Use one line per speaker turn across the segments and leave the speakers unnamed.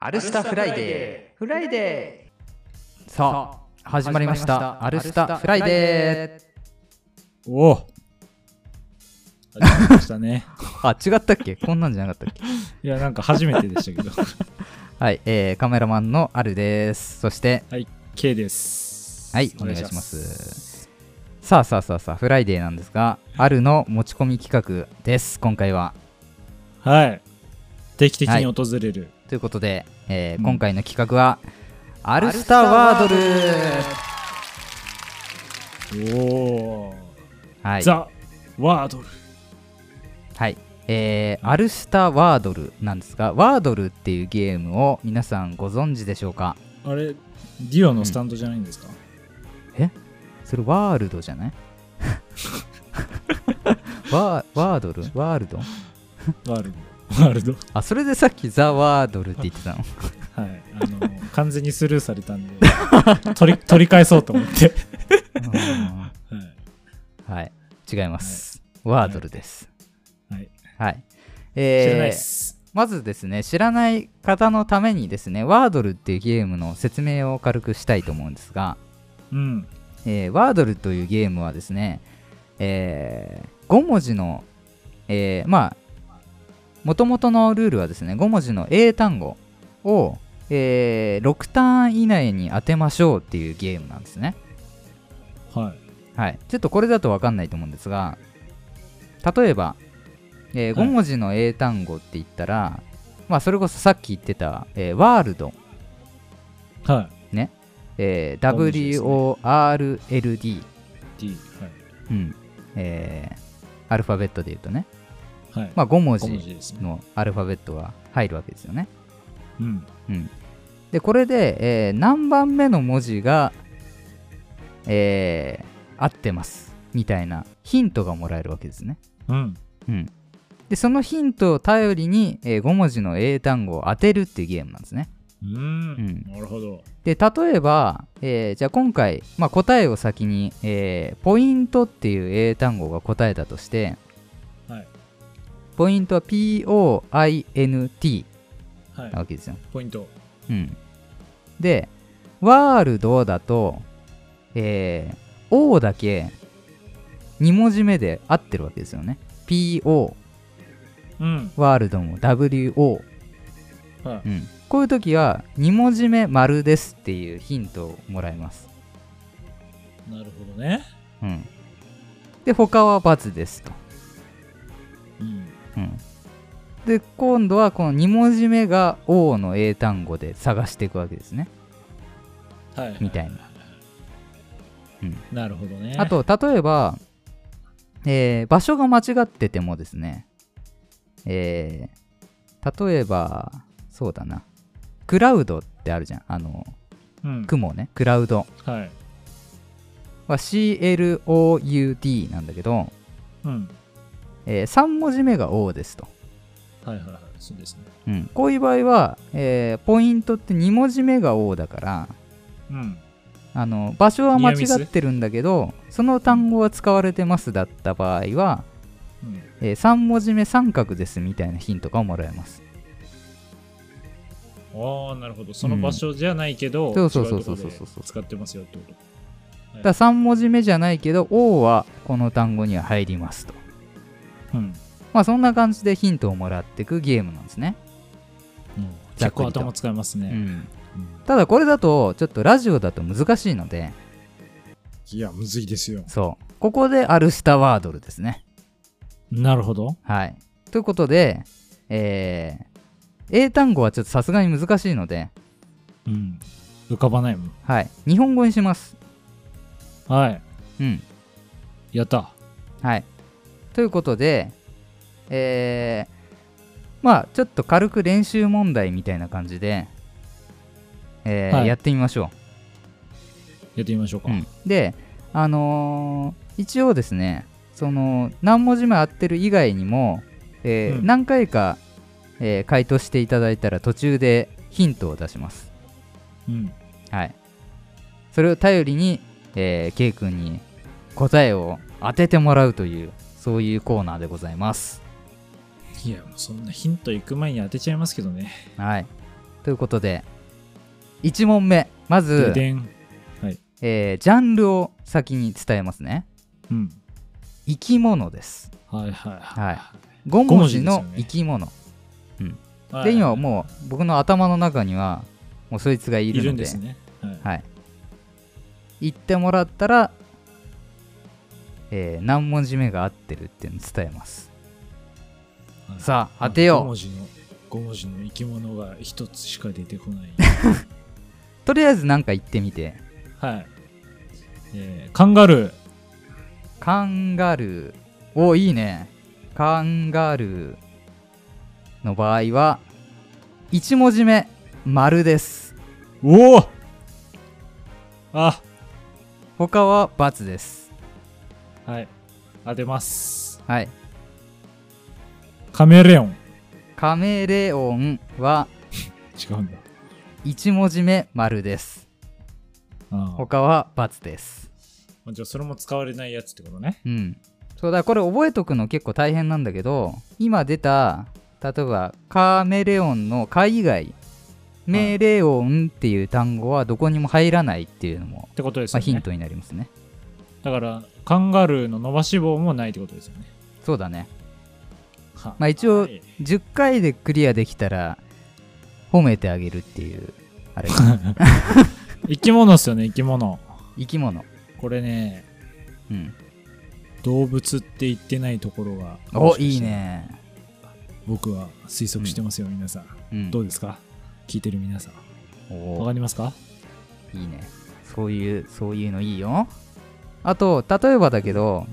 アルスタフライデー。フライデー。
さあ始まりました「アルスタフライデー
おお始まりましたね。」
あ違ったっけこんなんじゃなかったっけ
いや、なんか初めてでしたけど。
はい、えー、カメラマンのアルですそして
K です。
はいお願いしますさあさあさあさあフライデーなんですがアルの持ち込み企画です今回は
はい。定期的に訪れる。
ということで、えー
うん
今回の企画は「アルスタワードル」
おお、
はい、
ザ・ワードル。
はいえー、アルスタワードルなんですがワードルっていうゲームを皆さんご存知でしょうか
あれ、ディオのスタンドじゃないんですか、
それワールドじゃない ワーワードルワールド
ワールド。ワールド。
あそれでさっきザ・ワードルって言ってたの
はい。あの、完全にスルーされたんで、取り取り返そうと思って。
う
はい。
ん はい違います、ワードルです
はい、
はい
知らない
えー、
っす。
まずですね知らない方のためにですねワードルっていうゲームの説明を軽くしたいと思うんですが、
うん。
えーワードルというゲームはですね、えー5文字の、えーまあもともとのルールはですね5文字の英単語を、え6単以内に当てましょうっていうゲームなんですね、
はい。
はい、ちょっとこれだと分かんないと思うんですが例えば、え
は
5
い
文字の英単語って言ったら、まあ、それこそさっき言ってた、えーワールド、
は
え
五文字ですね
ー WORLD、
い。D。はい。
うんえーアルファベットで言うとね、
はい。
まあ、5文
5文字
字
ですね。
のアルファベットが入るわけですよね。
うん。
うん、でこれで、えー何番目の文字が、えー合ってますみたいなヒントがもらえるわけですね。
うん。
うん、でそのヒントを頼りに、え5文字の英単語を当てるっていうゲームなんですね。
うん。
うん
なるほど。
で例えば、えーじゃあ今回、まあ、答えを先に、えーポイントっていう英単語が答えだとして、
はい
ポイントは POINT
はい
な。わけですよ、
ポイント。
うん、でワールドだと、えー O だけ2文字目で合ってるわけですよね PO
うん。
ワールドも WO、
はい。
うん、こういう時は2文字目丸ですっていうヒントをもらいます
なるほどね。
うん、で他は×ですと、
うん。
うん、で今度はこの2文字目が O の英単語で探していくわけですね
はい。
みたいな、うん
なるほどね。
あ、と例えば、えー場所が間違っててもですね、えー例えばそうだなクラウドってあるじゃんあの
うん。
雲ねクラウド
はい。
は CLOUD なんだけど、
うん。
え3文字目が O ですと
はいはいはい。そうですね。
うん、こういう場合は、えーポイントって2文字目が O だから
うん。
あの場所は間違
ニアミ
ってるんだけどその単語は使われてますだった場合は、
うん。
え3文字目三角ですみたいなヒントがもらえます
ああ、なるほど。その場所じゃないけど、
そう
違
そうそう
とこ
そう
で
そうそう
使ってますよってこと。
だから3文字目じゃないけど O はこの単語には入りますと
うん。
まあそんな感じでヒントをもらっていくゲームなんですね、
うん
ざ
結
っく
構
りと
頭使います
う
ね。
ん、
うん
ただこれだとちょっとラジオだと難しいので
いや、むずいですよ。
そうここでアルスタワードルですね
なるほど。
はい。ということで、えー英単語はちょっとさすがに難しいので、
うん。浮かばないもん。
はい。日本語にします。
はい。
うん。
やった。
はい。ということで、えーまあ、ちょっと軽く練習問題みたいな感じで、えー
はい
やってみましょ
やってみましょうか。
う。うん、で、あのー一応ですね、その、何文字目合ってる以外にも、えー
うん
何回か、えー回答していただいたら途中でヒントを出します。
うん。
はい。それを頼りに、えー、K 君に答えを当ててもらうという、そういうコーナーでございます。
いや、もうそんなヒント行く前に当てちゃいますけどね。
はい。ということで1問目まず
で、でん。
えージャンルを先に伝えますね
うん。
生き物です
はいはいはい。
5文字の
五文字ですよね
生き物
は
で
い
今もう僕の頭の中にはもうそいつがい
い
るので
るんですね。はい
はい言ってもらったら、えー何文字目が合ってるっていうのを伝えます
はい
さあ当てよう
5文字の5文字の生き物が一つしか出てこない
とりあえずなんか言ってみて
はい、えーカンガルー
カンガルーおいいねカンガルーの場合は1文字目「丸です
おおあ
他は「×です
はい当てます
はい
カメレオン
カメレオンは
違うんだ
1文字目「丸です
ああ
他は「×です
じゃあそれも使われないやつってことね
うんそうだこれ覚えとくの結構大変なんだけど今出た例えばカメレオンの「カ」以外「メレオン」っていう単語はどこにも入らないっていうのも、
ってことです
まあ、
よね、
ヒントになりますね
だからカンガルーの伸ばし棒もないってことですよね
そうだね
は
まあ一応
はい
10回でクリアできたら褒めてあげるっていう あれ
生き物っすよね生き物
生き物
これね
うん
動物って言ってないところがも
お
しか
い
し
い
たら
ね
僕は推測してますよ、皆さ
う
ん
ん
どうですか聞いてる皆さん。わ
お
かりますか
いいねそういうそういうのいいよあと例えばだけど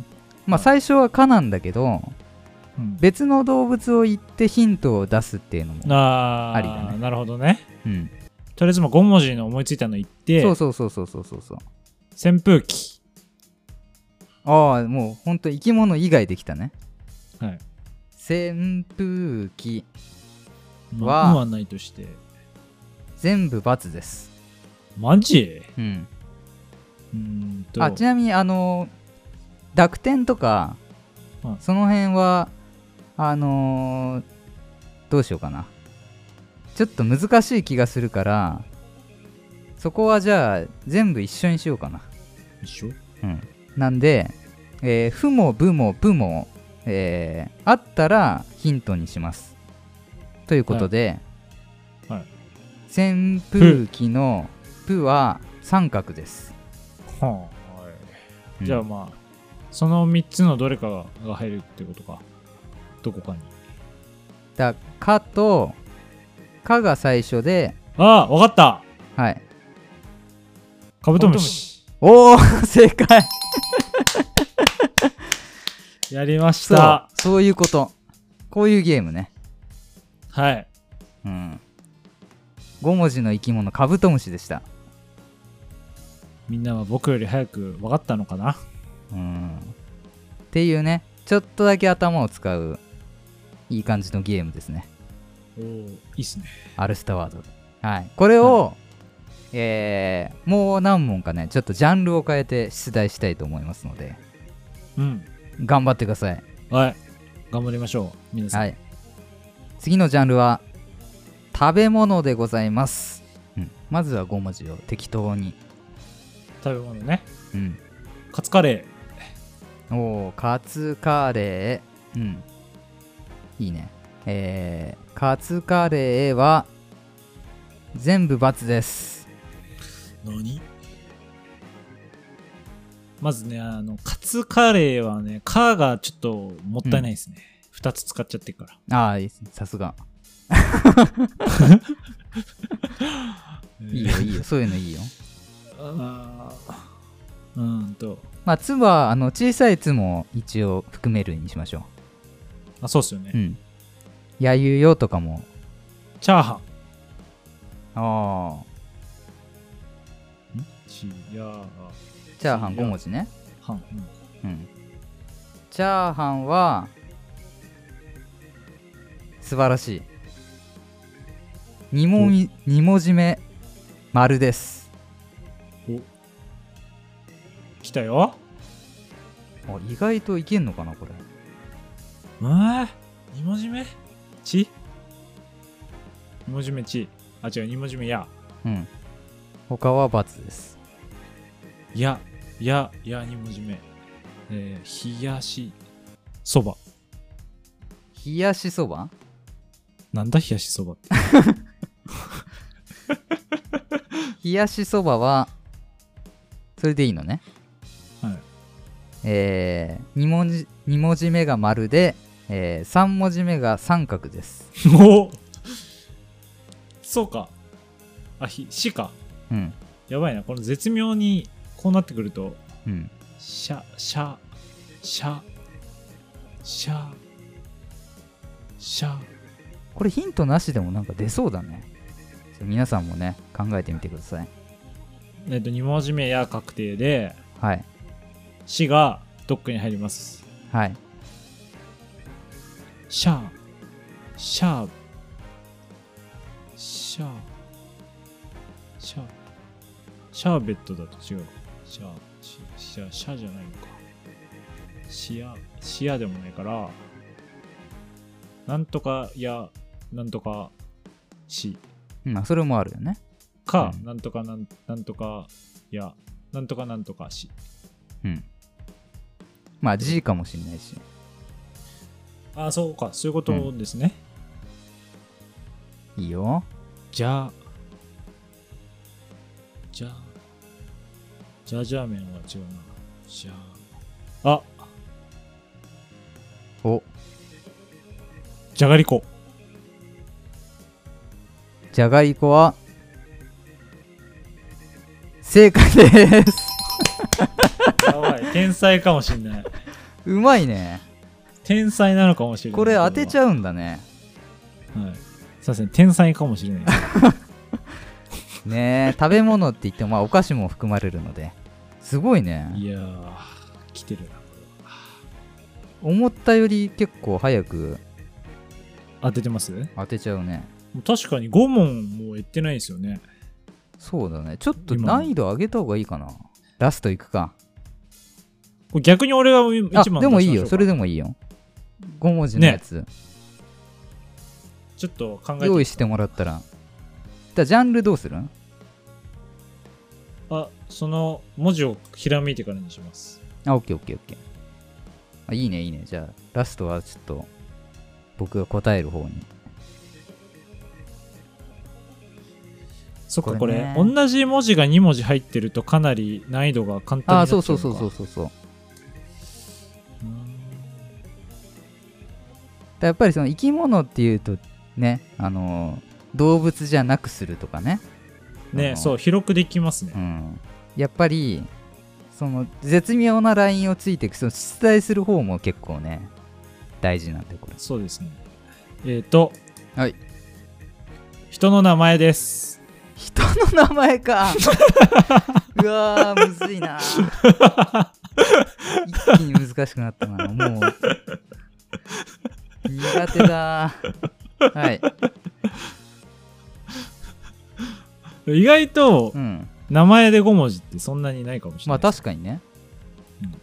まあ最初は「か」なんだけど
うん
別の動物を言ってヒントを出すっていうのも、
あー
ありだね
なるほどね。
うん、
とりあえずもう5文字の思いついたの言って、
そうそうそうそうそうそうそう
扇風機。
ああもうほんと生き物以外できたね
はい。
扇風機
まあ
わー
運はないとして。
全部×です
マジ
うん
うーんと。
あちなみにあの濁点とか、
うん
その辺はあのーどうしようかなちょっと難しい気がするからそこはじゃあ全部一緒にしようかな
一緒
うんなんで、えー負も部も部も、えーあったらヒントにしますということで、
はいは
扇風機の「部」は三角です、
は
う
い。
ん
じゃあまあ、その3つのどれかが入るってことか。どこかに。
だ「か」と「か」が最初で
ああ、わかった
はい
カブトムシ。
おお 正解
やりまし
そう
た。
そういうことこういうゲームね
はい。
うん5文字の生き物カブトムシでした
みんなは僕より早くわかったのかな
うんっていうねちょっとだけ頭を使ういい感じのゲームですね
おおいいっすね。
アルスタワードはいこれを、えーもう何問かねちょっとジャンルを変えて出題したいと思いますので
うん。
頑張ってください
はい。頑張りましょう。皆さん。
はい次のジャンルは食べ物でございます、うん、まずは5文字を適当に、
食べ物ね。
うん、
カツカレ
おおカツカレーうんいいねえー、カツカレーは全部×です
ー。何まずね、あの、カツカレーはね、カーがちょっともったいないですね。二、つ使っちゃってるから。
ああさすがいいよいいよそういうのいいよ
あーうーんと。
まあ「つ」はあの小さい「つ」も一応含めるにしましょ
あ、そうっすよね。
ううん「やゆよ」とかも
チャーハン。
ああ
チャー
チャーハン5文字ね
ハン。
うんチャーハンは素晴らしい2文字二文字目丸です
うんお来たよ。
あ意外といけんのかなこれ
えー、二文字目ち二文字目ち。あ、違う、2文字目、や。
うん。他は×です。
や、や、や、2文字目。えー、冷やし、そば。
冷やしそば
なんだ、冷やしそばって。
冷やしそばは、それでいいのね。
はい。
えー、2文字、二文字目が丸で、え3文字目が三角です。
おそうか。あ、ひ、しか。
うん。
やばいな。この絶妙に、こうなってくると、
うん。
しゃ、しゃ、しゃ、しゃ、しゃ、
これヒントなしでもなんか出そうだね。ちょ皆さんもね、考えてみてください。
えっと、2文字目、や確定で、
はい。
しがドックに入ります。
はい。
シャー、シャー、シャー、シャー、シャーベットだと違う。シャー、シシャー、シャーじゃないのか。シア、シアでもないから、なんとかや、なんとかし、
うん、まあそれもあるよね。
か、
うん
なんとかなん、なんとかや、なんとかなんとかし。
うん。まあ G かもしれないし。
ああ、そうか、そういうことですね。
いいよ。
じゃじゃじゃじゃ麺は違うなじゃあ
お、
じゃがりこ
じゃがりこは、正解です。
やばい天才かもしんないう
まいね。
天才なのかもしれない
これ当てち
ゃ
ゃうんだね。
うはいすいません天才かもしれない
ねえ、食べ物って言っても、まあお菓子も含まれるので。すごいね。
いやー来てるなこれは
思ったより結構早く
当ててますも
当てちゃうね。
う確かに5問もう言ってないですよね
そうだね。ちょっと
今の
難易度上げた方がいいかな。ラストいくか。
これ逆に俺が1
あ、
問
でもいいよ。それ
で
でもいいよ。5文字のやつ。
ちょっと考えて
用意してもらったら。じゃあ、ジャンルどうする
あその文字をひらめいてからにします
あ、オッケーオッケーオッケー。あ、いいね、いいね。じゃあ、ラストはちょっと、僕が答える方に。
そっか
こ
こ
れ
れ
ね
同じ文字が2文字入ってるとかなり難易度が簡単になっちゃう
あ、そう
のか
そうそうそうそうそう。だか
うん
らやっぱりその生き物っていうと、ね、あのー動物じゃなくするとかね。あ
ね
の
そう広くできますね
うん。やっぱり、その、絶妙なラインをついていく、その、出題する方も結構ね、大事なんで、これ。
そうですねえっ、と
はい
人の名前です
人の名前かうわーむずいな一気に難しくなったなもう苦手だはい
意外と
うん
名前で5文字ってそんなにないかもしれ
ま
な
あ
い、
確かにね
うん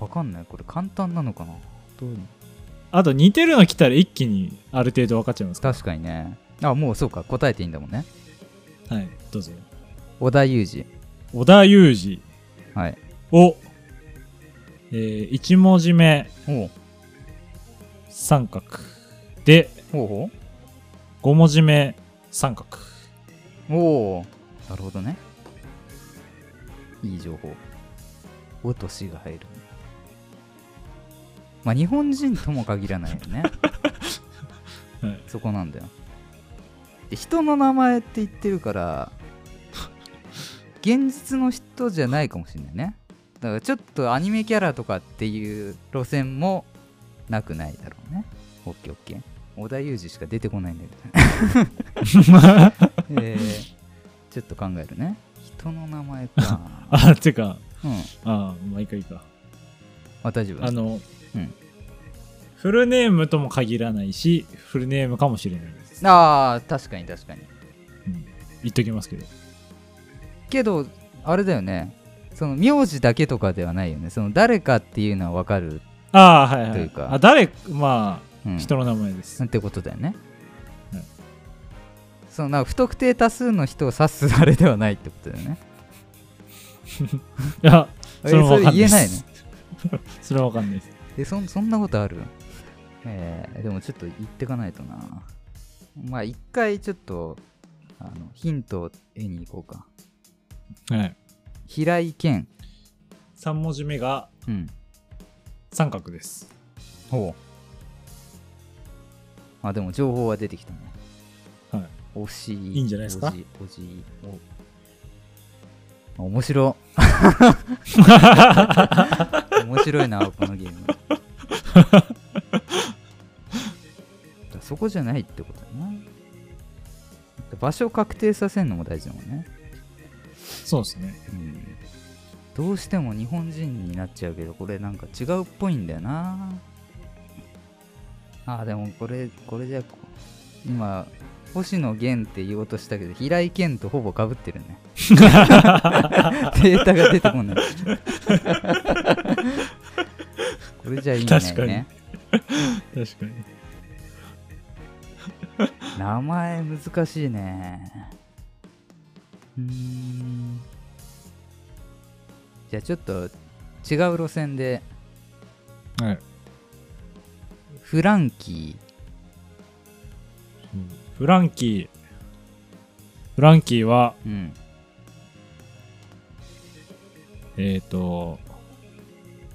わかんないこれ簡単なのかなどう
あと似てるの来たら一気にある程度分かっちゃいますか
確かにねあもうそうか答えていいんだもんね
はいどうぞ
織田裕
織田裕二
二はい
を、え1文字目
ほう
三角で
ほうほ
5文字目三角
うおおなるほどねいい情報おとしが入るまあ日本人とも限らないよ ね
はい
そこなんだよで人の名前って言ってるから現実の人じゃないかもしれないねだからちょっとアニメキャラとかっていう路線もなくないだろうねオッケーオッケー織田裕二しか出てこないんだけど えーちょっと考えるね。人の名前 か。
あ、てか、
うん。
あ、まあ、いいかいいか。
あ、大丈夫
あの、
うん
フルネームとも限らないし、フルネームかもしれないです。
ああ、確かに確かに。
うん言っときますけど。
けど、あれだよね。その名字だけとかではないよね。その誰かっていうのはわかる。
ああ、はいは
とい。
いう
か
あ、誰、ま
うん
あ、人の名前です。
ってことだよね。
はい
そのなんか不特定多数の人を指すあれではないってことだよね。
いや、
え
それはわかんない
言
で
え
す
ないの
それはわかんないです。
えそんそんなことあるえーでもちょっと言ってかないとなまあ一回ちょっとあのヒントを絵に行こうか
はい。
平井堅
3文字目が
うん
三角です。
ほうあでも情報は出てきたね
はい
惜しい
いいんじゃないですか
おじおじいお面 白面白いなこのゲームだからそこじゃないってことだな場所を確定させるのも大事だもんね、
そうですね。
うん、どうしても日本人になっちゃうけどこれなんか違うっぽいんだよなあーでもこれこれじゃ今星野源って言おうとしたけど平井堅とほぼかぶってる ねデータが出てこないこれじゃ意味ないね
確かに確かに。
名前難しいねうーんじゃあちょっと違う路線で
はい。
フランキ
フランキー。フランキーは、
ーうん
えっ、と、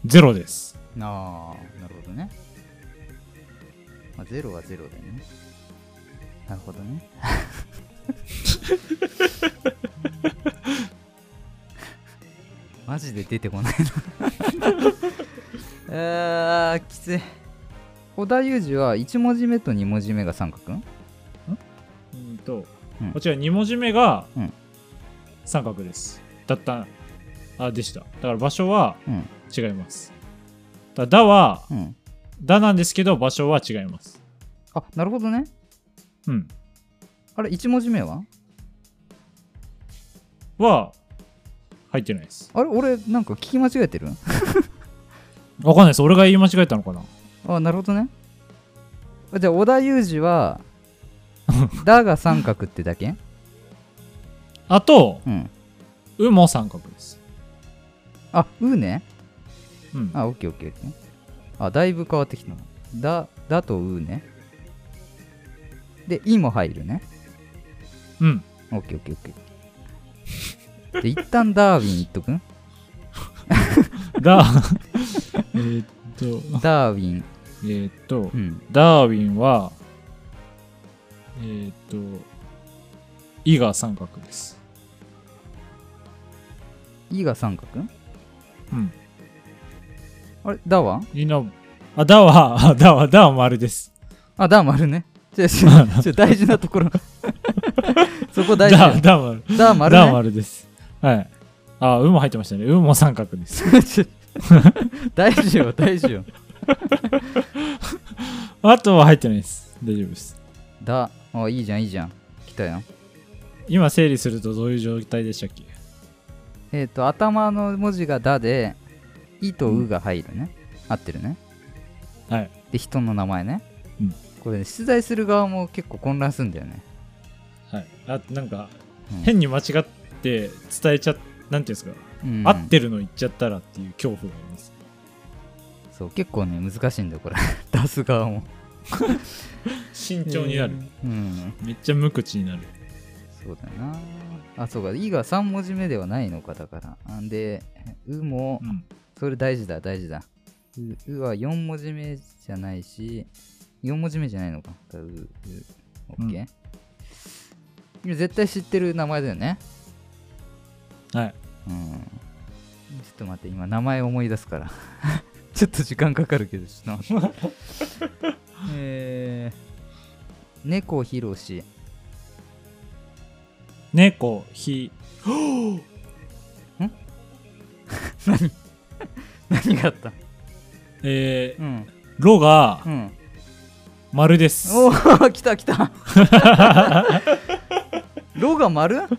ゼロです。
ああなるほどね、まあ、ゼロはゼロだよねなるほど ねマジで出てこない なあーきつい織田裕二は1文字目と2文字目が三角
うんと、
うん
こちら2文字目が
うん
三角です。だった、あ、でした。だから場所は
うん
違います。だだは、
うん
だなんですけど、場所は違います。
あなるほどね
うん。
あれ1文字目は
は、入ってないです。
あれ俺なんか聞き間違えてる
わかんないです。俺が言い間違えたのかな
あなるほどねあじゃあ織田裕二は「だ」が三角ってだけ
あと、
うん
うも三角です。
あうね
うん。
あオッケーオッケーオッケーあだいぶ変わってきたなだだとうねでいも入るね
うん。
オッケーオッケーオッケーで一旦ダーウィンいっとくん
だ、 えーっと、
ダーウィン
えーっと
う、ん
ダーウィンは、えーっと、イが三角です。
いが三角
うん。
あれだは
イの、あ、だは、あだは、だは丸です。
あだ丸ねちょちょちょ大事なところそこ
だ、
大事だよ
だ丸。
だ丸
だ
ね
丸です。はい。あ、うも入ってましたね。うも三角です。
ちょ 大事よ大事よ
あとは入ってないです。大丈夫です。
だあいいじゃんいいじゃん来たよ
今整理するとどういう状態でしたっけ
えっ、と頭の文字が「だ」で「い」と「う」が入るね、合ってるね
はい
で人の名前ね、
うん
これ、ね、出題する側も結構混乱するんだよね
はい。あ、なんか
うん、
変に間違って伝えちゃっ、なんていうんですか、
うん
合ってるの言っちゃったらっていう恐怖があります。
そう結構ね難しいんだよこれ 出す側も
慎重になる。
うん
めっちゃ無口になる。
そうだよなあそうか「い」が3文字目ではないのかだからあんで「う」も
うん。
それ大事だ大事だううは4文字目じゃないし4文字目じゃないのかううオッケー、今絶対知ってる名前だよね
はい。
うんちょっと待って今名前思い出すから ちょっと時間かかるけどちょっと待 ってえー、猫ひろし
猫、ひ、
何があった
えー、
うん
ろが
うん
丸です。
おお 来た来たロが丸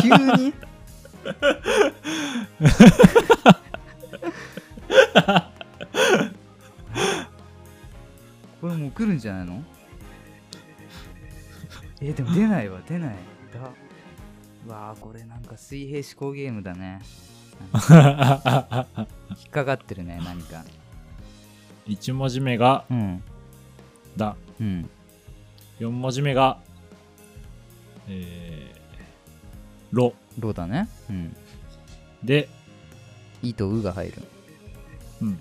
急に こ来るんじゃないのえーでも出ないわ出ないだうわーこれなんか水平思考ゲームだね引っかかってるね何か
1文字目が
うん
「だ
うん」
4文字目が「えー、ろ
ロだねうん」
で
イとウが入る
うん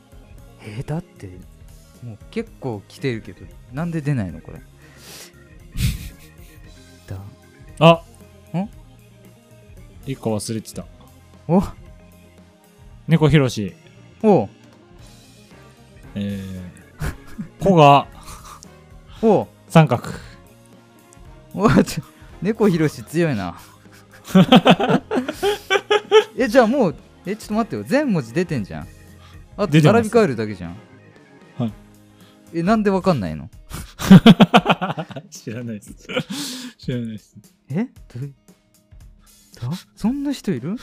えーだってもう結構来てるけどなんで出ないのこれ だ
あ
ん
一個忘れてた
お
猫ひろし
お
えー、 こが
お
三角
おちょ猫ひろし強いな えじゃあもうえちょっと待ってよ全文字出てんじゃんあと
出てま
並
す
び替えるだけじゃん
はい
えなんでわかんないの
知らないです知らないです
えどういだそんな人いる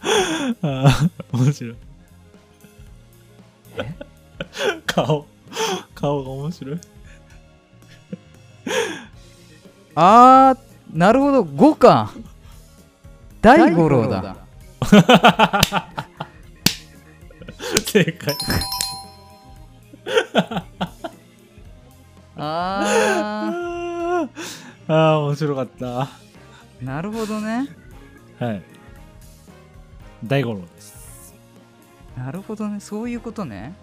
ああ面白い
え
顔顔が面白い
あーなるほど5か大五郎だ
正解
あ
あーあー面白かった
ーなるほどね
はい。大五郎です。
なるほどねそういうことね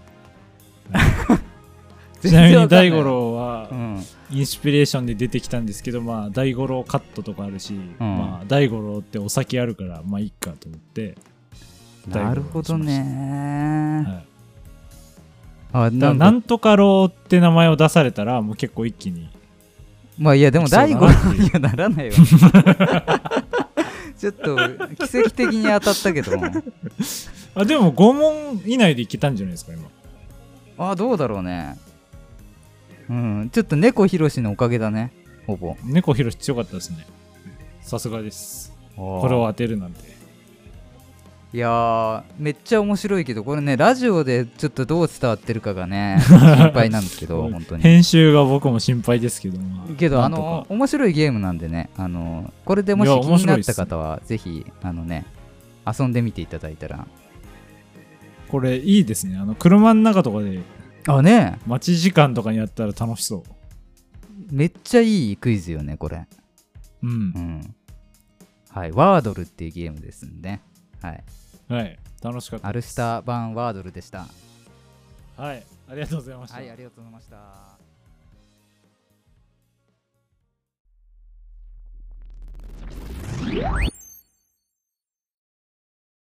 ちなみに大五
五郎
郎は
うん
インスピレーションで出てきたんですけど、まあ大五郎カットとかあるし、まあ大五郎ってお酒あるからまあいいかと思って、
なるほど
は
ね
い、だか
あ
ら
なん
な
か
んとか郎って名前を出されたらもう結構一気に
まあいやでも
そうだ
大
な
五郎にはなら ないわちょっと奇跡的に当たったけども
あでも5問以内でいけたんじゃないですか今
あどうだろうねうんちょっと猫ひろしのおかげだねほぼ
猫ひろし強かったですねさすがですこ
こ
れを当てるなんて
いやーめっちゃ面白いけどこれねラジオでちょっとどう伝わってるかが ね心配なんですけど本当に
編集が僕も心配ですけどまあ
けど
な
あ
んとか
の面白いゲームなんでねあのこれでもし
い
気
や面
に
白
ないっ
っす
た
ね
方はぜひあのね遊んでみていただいたら
これいいですねあの車の中とかで
あね
待ち時間とかにやったら楽しそ
めっちゃいいクイズよねこれ
ううん
う、んはいワードルっていうゲームですんで、はい
はい楽しかった
アルスタ版ワードルでした
はいありがとうございました、
はいありがとうございました